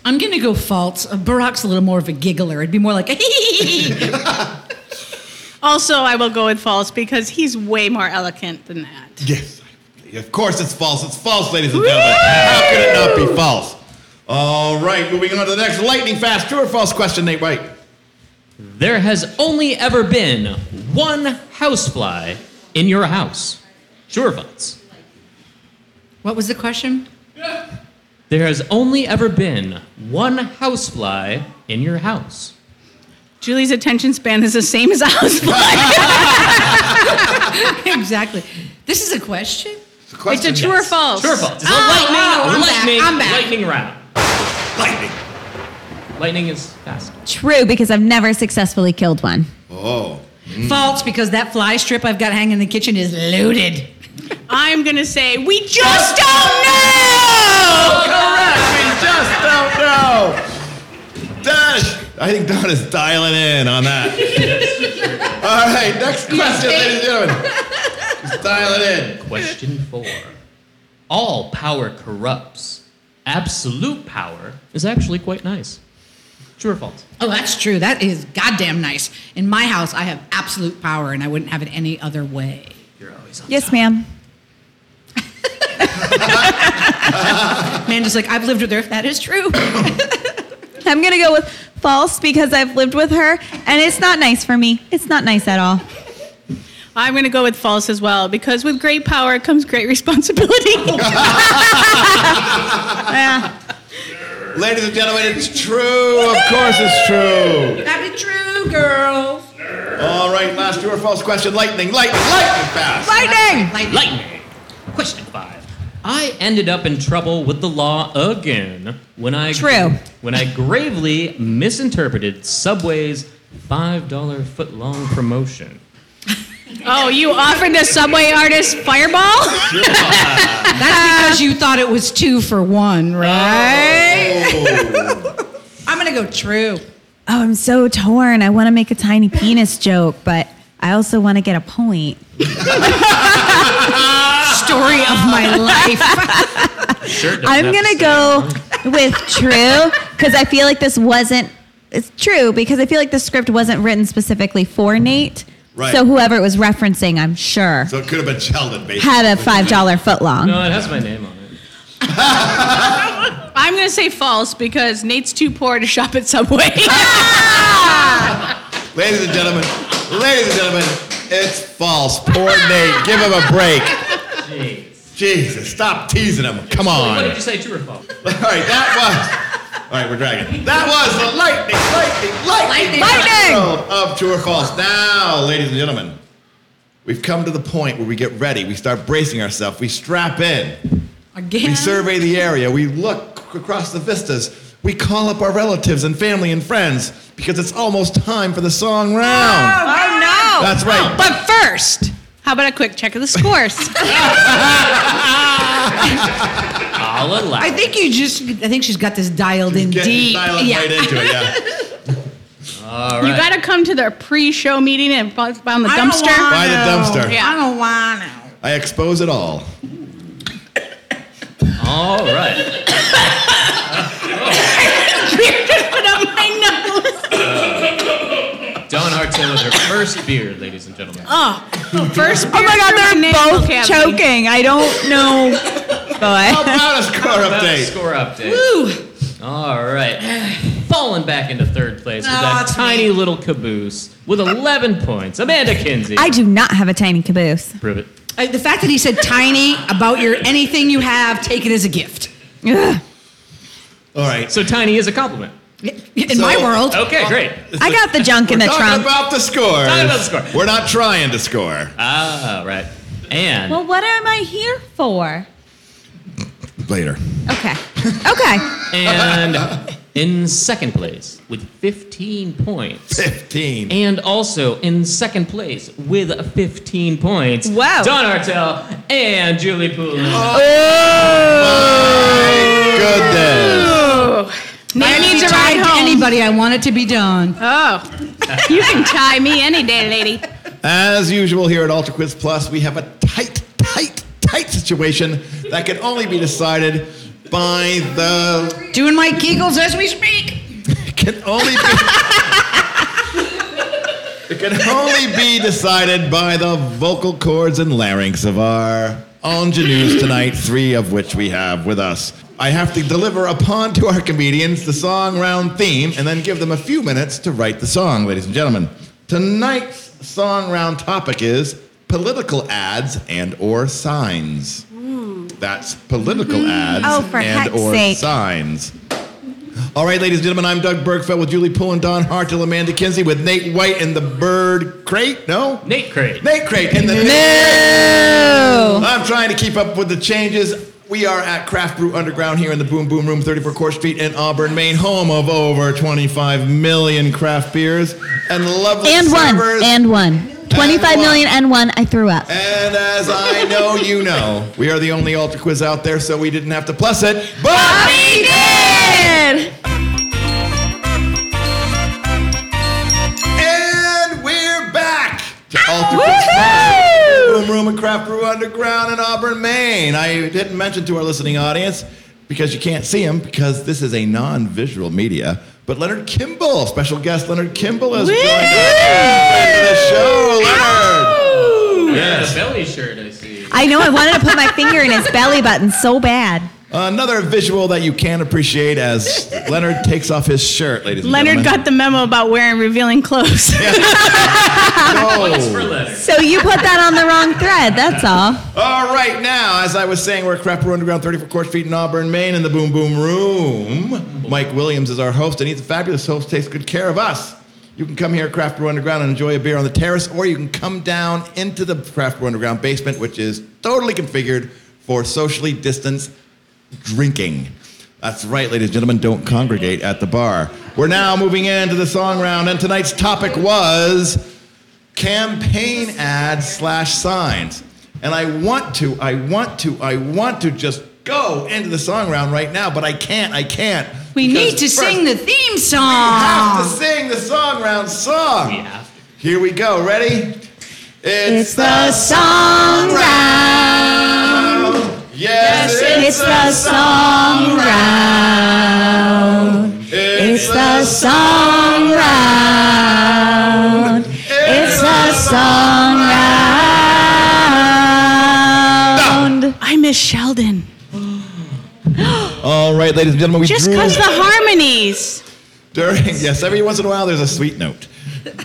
I'm going to go false. Uh, Barack's a little more of a giggler. It'd be more like, also, I will go with false because he's way more elegant than that. Yes. Of course it's false. It's false, ladies and gentlemen. How could it not be false? All right, moving on to the next lightning fast true or false question, Nate White. There has only ever been one housefly in your house. True or false? what was the question? There has only ever been one housefly in your house. Julie's attention span is the same as ours. exactly. This is a question? It's a, question, It's a true or yes. false? True or false? It's a Oh, lightning, oh, I'm back, lightning, I'm back. lightning round. Lightning. Lightning is fast. True, because I've never successfully killed one. Oh. False because that fly strip I've got hanging in the kitchen is loaded. I'm gonna say we just don't Oh, know. correct. We just don't know. Dash. I think Don is dialing in on that. All right, next question, ladies and gentlemen. Just dialing in. Question four. All power corrupts. Absolute power is actually quite nice. True or false? Oh, that's true. That is goddamn nice. In my house, I have absolute power and I wouldn't have it any other way. You're always on Yes, ma'am. Man, just like, I've lived with her. That is true. I'm going to go with false because I've lived with her and it's not nice for me. It's not nice at all. I'm gonna go with false as well because with great power comes great responsibility. Yeah. Ladies and gentlemen, it's true. Of course it's true. that is true, girls. All right, last true or false question. Lightning, lightning, lightning fast. Lightning! Lightning. Question five. I ended up in trouble with the law again when I True. when I gravely misinterpreted Subway's five dollar foot long promotion. oh, you offered the subway artist fireball? That's because you thought it was two for one, right? I'm going to go true. Oh, I'm so torn. I want to make a tiny penis joke, but I also want to get a point. Story of my life. Sure. doesn't I'm have going to say go with true because I feel like this wasn't it's true because I feel like the script wasn't written specifically for Nate. Right. So whoever it was referencing, I'm sure, So it could have been Sheldon, basically. had a five dollar foot long. No, it has my name on it. I'm going to say false because Nate's too poor to shop at Subway. Oh, Ladies and gentlemen, ladies and gentlemen, it's false. Poor Nate. Give him a break. Jeez. Jesus, stop teasing him. Come on. What did you say, true or false? All right, that was. All right, we're dragging. That was the lightning, lightning, lightning, Lightning! round of true or false. Now, ladies and gentlemen, we've come to the point where we get ready. We start bracing ourselves. We strap in. We Again. survey the area. We look c- across the vistas. We call up our relatives and family and friends because it's almost time for the song round. Oh, That's right. but first, how about a quick check of the scores? I'll allow. I think you just, I think she's got this dialed in Get deep. dialing right into it. Yeah. All You right. got to come to their pre-show meeting and bust down the I don't dumpster. By the wanna. dumpster. I don't want to. I expose it all. All right. Put up my nose. Don Hartzell with her first beer, ladies and gentlemen. First Oh my God, they're both choking. choking. I don't know. How Boy. about a score About a update? Score update. All right. Falling back into third place with Oh, Ah, that it's tiny me. little caboose with 11 points. Amanda Kinsey. I do not have a tiny caboose. Prove it. Uh, the fact that he said tiny about your anything you have, take it as a gift. Ugh. All right. So tiny is a compliment. In So- my world, Okay, great. I got the junk in We're the talking trunk. about the score. Talking about the score. We're not trying to score. Ah, right. And well, what am I here for? Later. Okay. Okay. and in second place with 15 points. 15. And also in second place with 15 points. Wow. Oh. Don Artel and Julie Pooley. Goodness. I Nate needs a tied ride to home. anybody. I want it to be done. Oh, you can tie me any day, lady. As usual here at Ultra Quiz Plus, we have a tight, tight, tight situation that can only be decided by the. Doing my kegels as we speak. Can only be. It can only be decided by the vocal cords and larynx of our ingenues tonight, three of which we have with us. I have to deliver upon to our comedians the song round theme and then give them a few minutes to write the song, ladies and gentlemen. Tonight's song round topic is political ads and or signs. That's political ads Hmm. Oh, for and heck's or sake. signs. All right, ladies and gentlemen, I'm Doug Bergfeld with Julie Poole and Don Hartel, Amanda Kinsey with Nate White and the Bird Crate. No? Nate Crate. Nate Crate in the Boo. I'm trying to keep up with the changes. We are at Craft Brew Underground here in the Boom Boom Room, 34 Court Street in Auburn, Maine, home of over 25 million craft beers and lovely And servers. one. And one. Twenty-five one. million and one. I threw up. And as I know, you know, we are the only Ultra Quiz out there, so we didn't have to plus it. But did. And we're back to Alter Room Room and Craft Brew Underground in Auburn, Maine. I didn't mention to our listening audience because you can't see him because this is a non-visual media. But Leonard Kimball, special guest Leonard Kimball, has joined us. Friend of the show, Leonard. Yes. Yeah, the belly shirt I see. I know. I wanted to put my finger in his belly button so bad. Another visual that you can appreciate as Leonard takes off his shirt, ladies and Leonard gentlemen. got the memo about wearing revealing clothes. Points Oh, for Leonard. So you put that on the wrong thread. That's all. All right, now, as I was saying, we're at Crap Brew Underground, 34 Court Street in Auburn, Maine, in the Boom Boom Room. Mike Williams is our host, and he's a fabulous host, takes good care of us. You can come here at Craft Brew Underground and enjoy a beer on the terrace, or you can come down into the Craft Brew Underground basement, which is totally configured for socially distanced drinking. That's right, ladies and gentlemen, don't congregate at the bar. We're now moving into the song round, and tonight's topic was campaign ads slash signs. And I want to, I want to, I want to just go into the song round right now, but I can't, I can't. We Because need to first sing the theme We have to song. sing the song round song. We have to. Here we go. Ready? It's, song round. Yes, it's, It's the song round. It's, It's the song round. It's the song round. I miss Sheldon. All right, ladies and gentlemen, we Just drew because the harmonies. during yes, every once in a while there's a sweet note.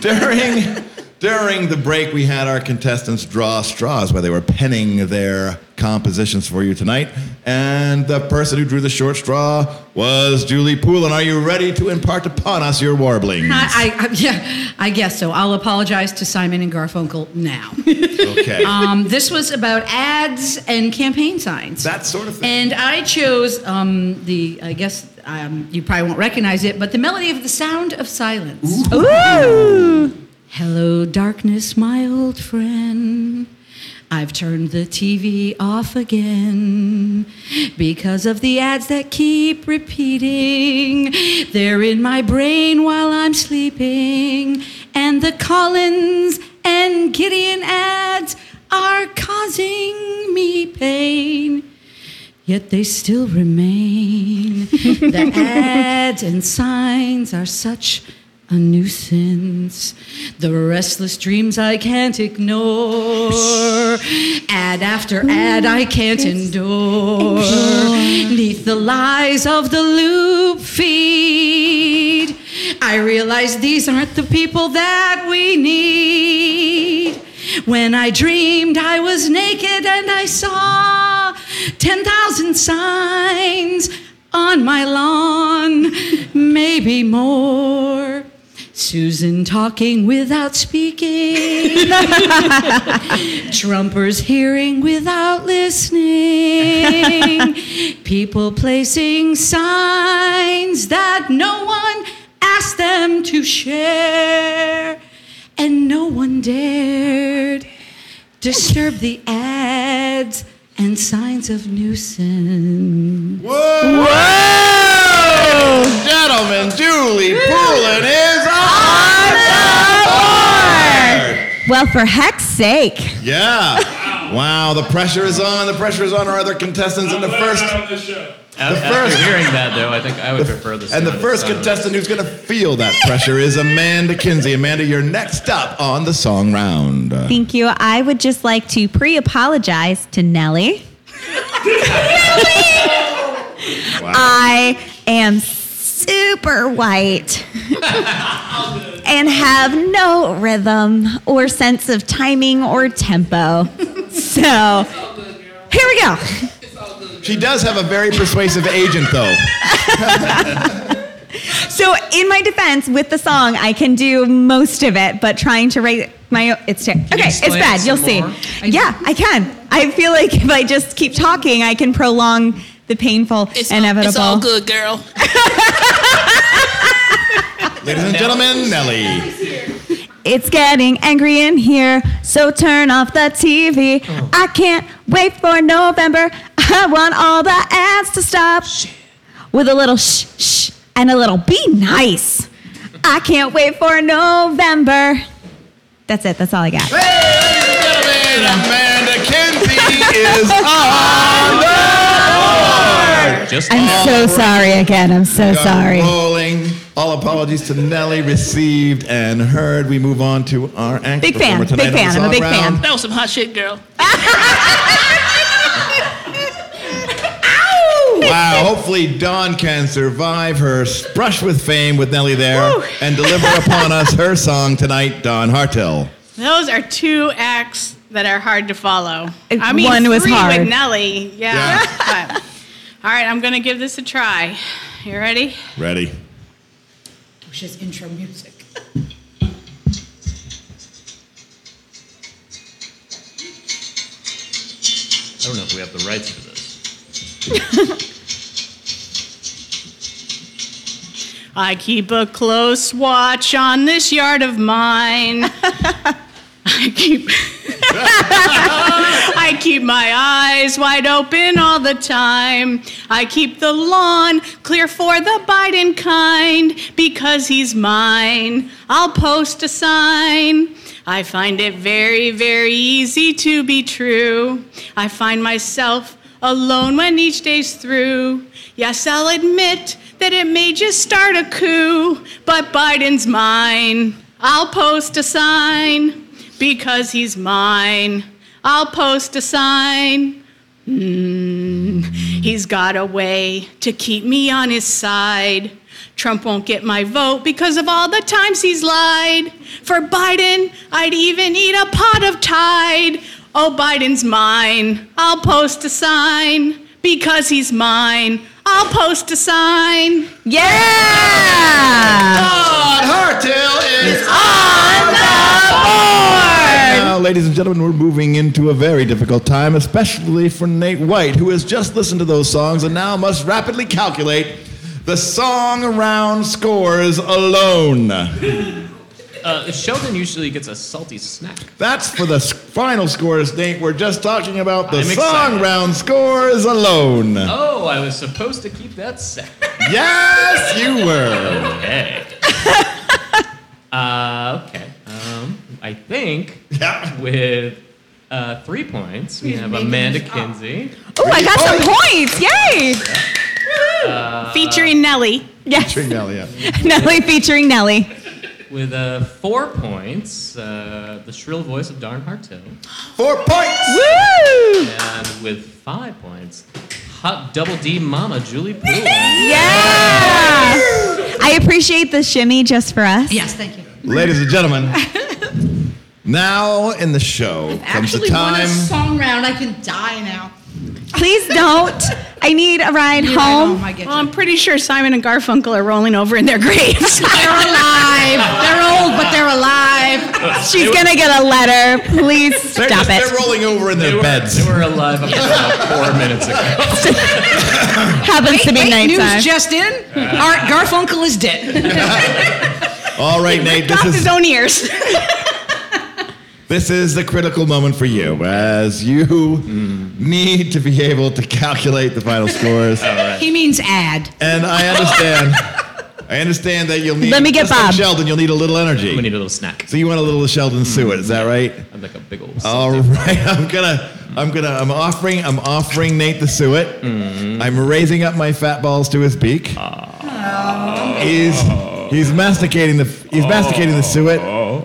During during the break, we had our contestants draw straws where they were penning their compositions for you tonight, and the person who drew the short straw was Julie Poulin. Are you ready to impart upon us your warblings? I, I, I, yeah, I guess so. I'll apologize to Simon and Garfunkel now. okay. um, this was about ads and campaign signs. That sort of thing. And I chose um, the, I guess um, you probably won't recognize it, but the melody of The Sound of Silence. Hello, darkness, my old friend. I've turned the TV off again because of the ads that keep repeating. They're in my brain while I'm sleeping, and the Collins and Gideon ads are causing me pain yet they still remain. the ads and signs are such a nuisance. The restless dreams I can't ignore. Ad after ad I can't endure. Neath the lies of the loop feed, I realize these aren't the people that we need. When I dreamed I was naked and I saw 10,000 signs on my lawn, maybe more. Susan talking without speaking. Trumpers hearing without listening. People placing signs that no one asked them to share. And no one dared disturb the ads and signs of nuisance. Whoa! Gentlemen, Julie Poulin is on the board! Well, for heck's sake. Yeah. Wow, the pressure is on. The pressure is on our other contestants in the first. After first- hearing that, though, I think I would prefer this. And the first contestant who's going to feel that pressure is Amanda Kinsey. Amanda, you're next up on the song round. Thank you. I would just like to pre apologize to Nellie. I am super white and have no rhythm or sense of timing or tempo. So here we go. She does have a very persuasive agent, though. So, in my defense, with the song, I can do most of it, but trying to write my own, it's ter- okay, it's explain it bad. some You'll see. more? Yeah, I can. I feel like if I just keep talking, I can prolong the painful inevitable. It's all good, girl. Ladies and gentlemen, Nellie. It's getting angry in here, so turn off the TV. Oh. I can't wait for November. I want all the ads to stop. With a little shh, shh, and a little be nice. I can't wait for November. That's it, that's all I got. Gentlemen, Amanda Kinsey is on the board! Just I'm so sorry again, I'm so We are sorry. Rolling. All apologies to Nelly, received and heard. We move on to our anchor. Big fan, performer big tonight fan, I'm a on the song big fan. round. That was some hot shit, girl. Wow, hopefully Dawn can survive her s- brush with fame with Nelly there and deliver upon us her song tonight, Dawn Hartell. Those are two acts that are hard to follow. Uh, I mean, one was three hard. with Nelly. Yeah. but- all right, I'm going to give this a try. You ready? Ready? Which is intro music. I don't know if we have the rights for this. I keep a close watch on this yard of mine. I keep I keep my eyes wide open all the time. I keep the lawn clear for the Biden kind because he's mine. I'll post a sign. I find it very, very easy to be true. I find myself alone when each day's through. Yes, I'll admit that it may just start a coup, but Biden's mine. I'll post a sign because he's mine. I'll post a sign. Mm, he's got a way to keep me on his side. Trump won't get my vote because of all the times he's lied. For Biden, I'd even eat a pot of Tide. Oh, Biden's mine. I'll post a sign because he's mine. I'll post a sign. Yeah! Todd Hartell is on the board. Now, ladies and gentlemen, we're moving into a very difficult time, especially for Nate White, who has just listened to those songs and now must rapidly calculate the song around scores alone. Uh, Sheldon usually gets a salty snack. That's for the s- final scores, Nate. We're just talking about the I'm song excited. round scores alone. Oh, I was supposed to keep that set. Yes, you were. Okay. uh, okay. Um, I think Yeah. with uh, three points, we have Amanda Kinsey. Oh, I got some points! Yay! Featuring Nelly. Yes, Tringali, yeah. Nelly featuring Nelly. With uh, four points, uh, the shrill voice of Darn Hartill. Four points. Woo! And with five points, hot double D mama Julie Poole. Yeah! I appreciate the shimmy just for us. Yes, thank you. Ladies and gentlemen, now in the show comes the Actually, won a time. song round. I can die now. Please don't. I need a ride You're right home. home. I get Well, you. I'm pretty sure Simon and Garfunkel are rolling over in their graves. They're alive. They're old, but they're alive. She's gonna get a letter. Please They're, stop just- it. they're rolling over in They their were, beds. they were alive up until about four minutes ago. Happens to be Fake nighttime. news just in. Art Garfunkel is dead. All right, Nate, this Off his is, own ears. this is the critical moment for you, as you Mm. need to be able to calculate the final scores. He means ad. And I understand. I understand that you'll need. Let me get just like Bob. Sheldon, you'll need a little We energy. need a little snack. So you want a little Sheldon Mm. Stewart, is that right? I'm like a big old. All right, I'm gonna, I'm gonna, I'm offering, I'm offering Nate the suet. I'm raising up my fat balls to his beak. He's, he's masticating the, he's masticating the suet.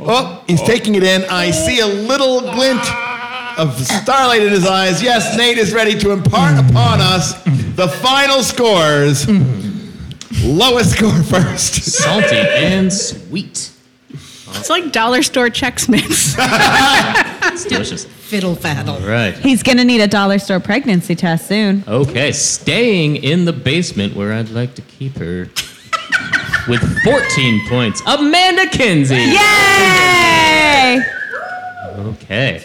Oh, he's taking it in. I see a little glint of starlight in his eyes. Yes, Nate is ready to impart upon us the final scores. Lowest score first. Salty and sweet. It's like dollar store checks mix. It's delicious. Fiddle faddle. All right. He's gonna need a dollar store pregnancy test soon. Okay, staying in the basement where I'd like to keep her. With 14 points, Amanda Kinsey. Yay! Okay,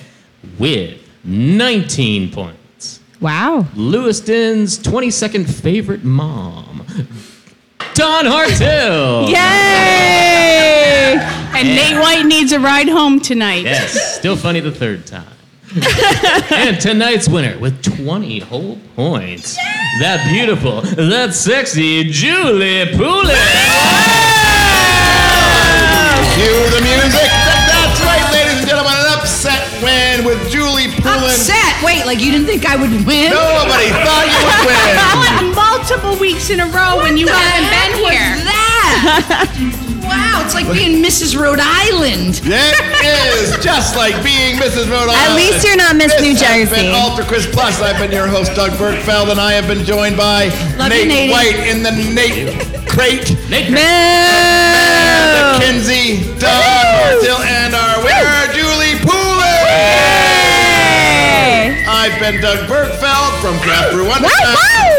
with 19 points, Wow. Lewiston's 22nd favorite mom, Don Hartill. Yay! And Nate White needs a ride home tonight. Yes, still funny the third time. and tonight's winner with 20 whole points, that beautiful, that sexy Julie Poulet. Cue the music. That's right, ladies and gentlemen. An upset win with Julie Poulin. Upset. Wait, like you didn't think I would win? Nobody thought you would win. Well, Multiple weeks in a row when you the haven't heck been was here. that? wow, it's like being Mrs. Rhode Island. It is just like being Mrs. Rhode Island. At least you're not Miss This New has Jersey. been Alter Quiz Plus. I've been your host, Doug Bergfeld, and I have been joined by Love Nate you, Nate. White in the Nate crate. Make Oh. And Mackenzie, Doug Martill, and our winner, Julie Poulin. I've been Doug Bergfeld from Craft Brew Wonderland.